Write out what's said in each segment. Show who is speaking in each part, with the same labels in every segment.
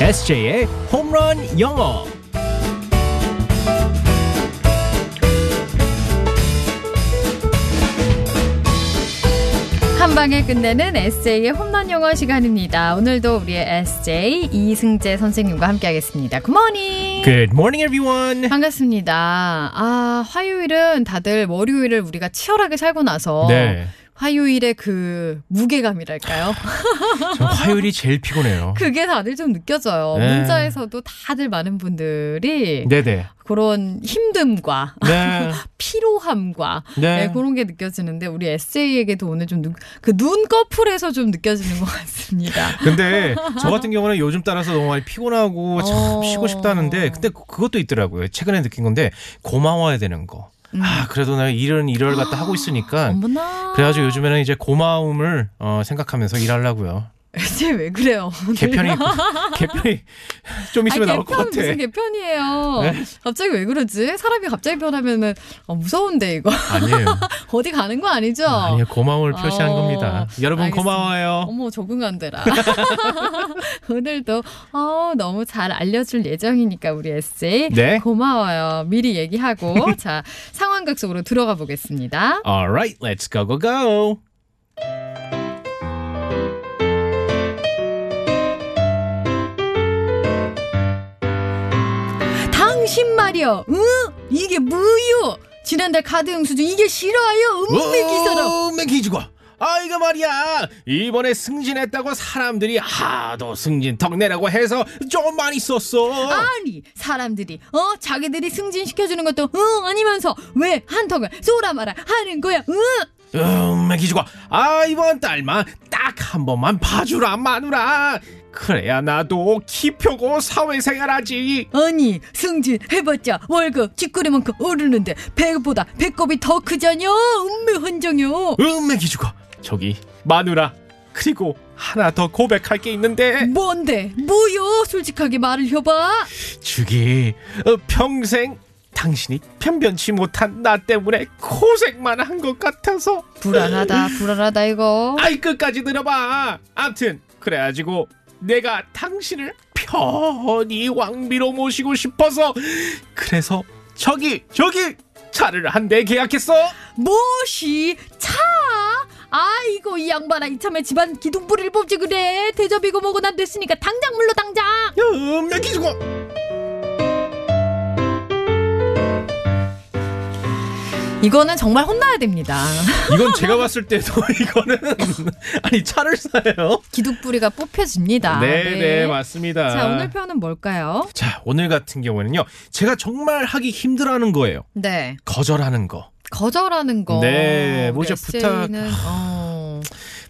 Speaker 1: SJ의 홈런 영어.
Speaker 2: 한 방에 끝내는 SJ의 홈런 영어 시간입니다. 오늘도 우리의 SJ 이승재 선생님과 함께하겠습니다. 굿모닝.
Speaker 1: Good morning, everyone.
Speaker 2: 반갑습니다. 아, 화요일은 다들 월요일을 우리가 치열하게 살고 나서
Speaker 1: 네.
Speaker 2: 화요일의 그 무게감이랄까요?
Speaker 1: 저 화요일이 제일 피곤해요.
Speaker 2: 그게 다들 좀 느껴져요.
Speaker 1: 네.
Speaker 2: 문자에서도 다들 많은 분들이
Speaker 1: 네네.
Speaker 2: 그런 힘듦과
Speaker 1: 네.
Speaker 2: 피로함과 네,
Speaker 1: 네.
Speaker 2: 그런 게 느껴지는데 우리 SJ에게도 오늘 좀 그 눈꺼풀에서 좀 느껴지는 것 같습니다.
Speaker 1: 근데 저 같은 경우는 요즘 따라서 너무 많이 피곤하고 참
Speaker 2: 어.
Speaker 1: 쉬고 싶다는데 근데 그- 그것도 있더라고요. 최근에 느낀 건데 고마워야 되는 거.
Speaker 2: 음.
Speaker 1: 아 그래도 내가 이런 일을 갖다 하고 있으니까
Speaker 2: 어머나.
Speaker 1: 아, 그래가지고 요즘에는 이제 고마움을 어, 생각하면서 일하려고요.
Speaker 2: 이제 왜 그래요? 오늘?
Speaker 1: 개편이 개편이 좀
Speaker 2: 아니,
Speaker 1: 있으면 나올 것
Speaker 2: 개편
Speaker 1: 같아.
Speaker 2: 무슨 개편이에요.
Speaker 1: 네?
Speaker 2: 갑자기 왜 그러지? 사람이 갑자기 변하면은 어, 무서운데 이거
Speaker 1: 아니에요.
Speaker 2: 어디 가는 거 아니죠?
Speaker 1: 아니요 고마움을 표시한
Speaker 2: 어,
Speaker 1: 겁니다. 여러분
Speaker 2: 알겠습니다.
Speaker 1: 고마워요.
Speaker 2: 어머 적응 안 되라. 오늘도 어, 너무 잘 알려줄 예정이니까 우리 에세이
Speaker 1: 네.
Speaker 2: 고마워요. 미리 얘기하고 자 상황극 속으로 들어가 보겠습니다.
Speaker 1: Alright, let's go go go.
Speaker 2: 당신 말이요. 응? 이게 뭐요? 지난달 카드 영수증 이게 싫어요. 음매 기사라.
Speaker 1: 맥기주가 아이가 말이야 이번에 승진했다고 사람들이 하도 승진 덕내라고 해서 좀 많이 썼어.
Speaker 2: 아니 사람들이 어 자기들이 승진시켜주는 것도 응 아니면서 왜 한턱을 쏘라 마라 하는 거야 응
Speaker 1: 음, 맥기주가 아 이번 달만 딱 한 번만 봐주라 마누라. 그래야 나도 키 펴고 사회생활하지.
Speaker 2: 아니 승진 해봤자 월급 쥐꼬리만큼 오르는데 배보다 배꼽이 더 크잖여 음매 헌정여
Speaker 1: 음메 기주가 저기 마누라 그리고 하나 더 고백할 게 있는데
Speaker 2: 뭔데 뭐요 솔직하게 말을 해봐
Speaker 1: 주기 어, 평생 당신이 편변치 못한 나 때문에 고생만 한 것 같아서
Speaker 2: 불안하다 불안하다 이거
Speaker 1: 아이 끝까지 들어봐 암튼 그래가지고 내가 당신을 편히 왕비로 모시고 싶어서 그래서 저기 저기 차를 한 대 계약했어
Speaker 2: 무엇이 차 아이고 이 양반아 이참에 집안 기둥뿌리를 뽑지 그래 대접이고 뭐고 난 됐으니까 당장 물러 당장
Speaker 1: 음메 기주가
Speaker 2: 이거는 정말 혼나야 됩니다.
Speaker 1: 이건 제가 봤을 때도 이거는 아니 차를 사요
Speaker 2: 기둥뿌리가 뽑혀집니다.
Speaker 1: 네, 네, 맞습니다.
Speaker 2: 아, 자, 오늘 표현은 뭘까요?
Speaker 1: 자, 오늘 같은 경우에는요. 제가 정말 하기 힘들어하는 거예요.
Speaker 2: 네.
Speaker 1: 거절하는 거.
Speaker 2: 거절하는 거.
Speaker 1: 네, 뭐죠,
Speaker 2: 는 어.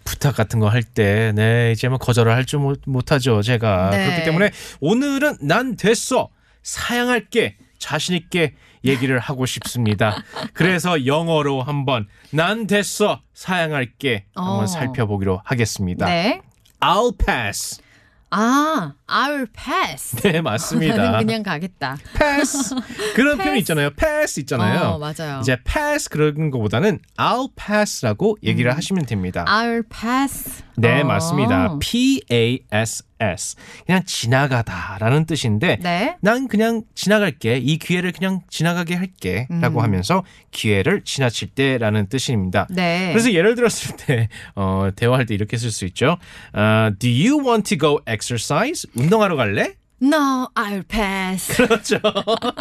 Speaker 1: 부탁 같은 거 할 때, 네, 이제 뭐 거절을 할 줄 못하죠, 제가.
Speaker 2: 네.
Speaker 1: 그렇기 때문에 오늘은 난 됐어. 사양할게. 자신있게 얘기를 하고 싶습니다. 그래서 영어로 한번 난 됐어. 사양할게. 한번
Speaker 2: 어.
Speaker 1: 살펴보기로 하겠습니다.
Speaker 2: 네.
Speaker 1: I'll pass.
Speaker 2: 아, I'll pass.
Speaker 1: 네, 맞습니다.
Speaker 2: 나는 그냥 가겠다.
Speaker 1: pass. 그런 표현
Speaker 2: pass.
Speaker 1: 있잖아요. pass 있잖아요.
Speaker 2: 어, 맞아요.
Speaker 1: 이제 pass 그런 거보다는 I'll pass라고 얘기를
Speaker 2: 음.
Speaker 1: 하시면 됩니다.
Speaker 2: I'll pass.
Speaker 1: 네,
Speaker 2: 어.
Speaker 1: 맞습니다. P A S S. 그냥 지나가다라는 뜻인데
Speaker 2: 네.
Speaker 1: 난 그냥 지나갈게. 이 기회를 그냥 지나가게 할게라고
Speaker 2: 음.
Speaker 1: 하면서 기회를 지나칠 때라는 뜻입니다.
Speaker 2: 네.
Speaker 1: 그래서 예를 들었을 때 어, 대화할 때 이렇게 쓸 수 있죠. 어, do you want to go exercise? 운동하러 갈래?
Speaker 2: No, I'll pass.
Speaker 1: 그렇죠.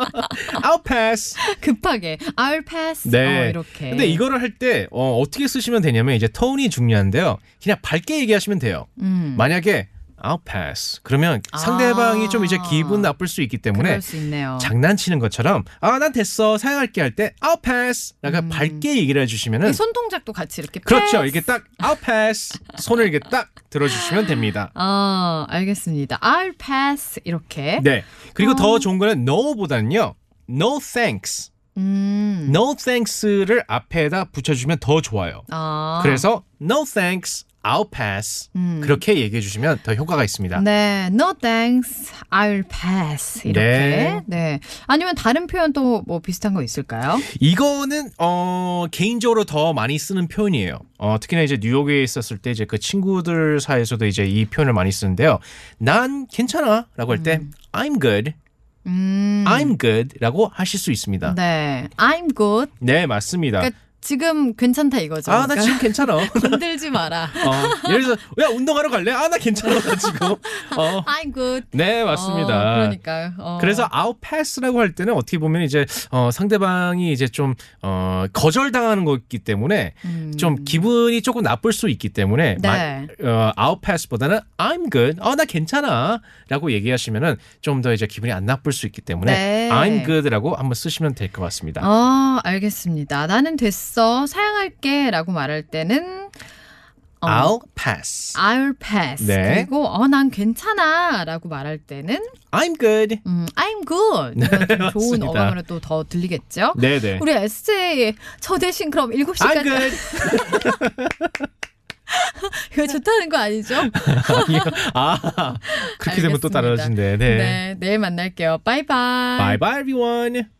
Speaker 1: I'll pass.
Speaker 2: 급하게 I'll pass.
Speaker 1: 네.
Speaker 2: 어, 이렇게.
Speaker 1: 근데 이거를 할 때 어, 어떻게 쓰시면 되냐면 이제 톤이 중요한데요. 그냥 밝게 얘기하시면 돼요.
Speaker 2: 음.
Speaker 1: 만약에 I'll pass 그러면 상대방이
Speaker 2: 아.
Speaker 1: 좀 이제 기분 나쁠 수 있기 때문에
Speaker 2: 그럴 수 있네요.
Speaker 1: 장난치는 것처럼 아 난 됐어 사용할게 할 때 I'll pass 라고 밝게 얘기를 해주시면은
Speaker 2: 이 음. 네, 손동작도 같이 이렇게
Speaker 1: 그렇죠
Speaker 2: pass.
Speaker 1: 이게 딱 I'll pass 손을 이렇게 딱 들어주시면 됩니다.
Speaker 2: 아, 알겠습니다. I'll pass 이렇게.
Speaker 1: 네 그리고
Speaker 2: 아.
Speaker 1: 더 좋은 거는 no보다는요 no thanks
Speaker 2: 음.
Speaker 1: no thanks를 앞에다 붙여주면 더 좋아요.
Speaker 2: 아.
Speaker 1: 그래서 no thanks I'll pass.
Speaker 2: 음.
Speaker 1: 그렇게 얘기해 주시면 더 효과가 있습니다.
Speaker 2: 네, no thanks, I'll pass 이렇게. 네.
Speaker 1: 네.
Speaker 2: 아니면 다른 표현 또 뭐 비슷한 거 있을까요?
Speaker 1: 이거는 어 개인적으로 더 많이 쓰는 표현이에요. 어 특히나 이제 뉴욕에 있었을 때 이제 그 친구들 사이에서도 이제 이 표현을 많이 쓰는데요. 난 괜찮아라고 할 때 I'm good,
Speaker 2: 음,
Speaker 1: I'm good라고 하실 수 있습니다. 네,
Speaker 2: 네, I'm good.
Speaker 1: 맞습니다.
Speaker 2: 그러니까 지금 괜찮다 이거죠.
Speaker 1: 아 나
Speaker 2: 그러니까
Speaker 1: 지금 괜찮아. 어,
Speaker 2: 힘들지 마라.
Speaker 1: 예를 들어 야 운동하러 갈래? 아 나 괜찮아 나 지금. 어,
Speaker 2: I'm good.
Speaker 1: 네 맞습니다.
Speaker 2: 어, 그러니까요. 어.
Speaker 1: 그래서 아웃 패스라고 할 때는 어떻게 보면 이제 어, 상대방이 이제 좀 어, 거절당하는 거기 때문에
Speaker 2: 음.
Speaker 1: 좀 기분이 조금 나쁠 수 있기 때문에
Speaker 2: 네.
Speaker 1: 마- 어, 아웃 패스보다는 I'm good, 어 나 괜찮아라고 얘기하시면은 좀 더 이제 기분이 안 나쁠 수 있기 때문에
Speaker 2: 네.
Speaker 1: I'm good라고 한번 쓰시면 될 것 같습니다.
Speaker 2: 어, 알겠습니다. 나는 됐어. 사양할게라고 말할 때는 어,
Speaker 1: I'll pass.
Speaker 2: I'll pass.
Speaker 1: 네.
Speaker 2: 그리고 어, 난 괜찮아라고 말할 때는
Speaker 1: I'm good.
Speaker 2: 음, I'm good. 이건 좀 좋은
Speaker 1: 네, 맞습니다.
Speaker 2: 어감으로 또 더 들리겠죠?
Speaker 1: 네네.
Speaker 2: 우리 SJ 저 대신 그럼
Speaker 1: I'm
Speaker 2: 7시까지
Speaker 1: good. 그
Speaker 2: 이거 좋다는 거 아니죠?
Speaker 1: 아니요. 아 그렇게 되면 또
Speaker 2: 알겠습니다.
Speaker 1: 따라하신대.
Speaker 2: 네.
Speaker 1: 네.
Speaker 2: 내일 만날게요. 바이바이.
Speaker 1: Bye bye everyone.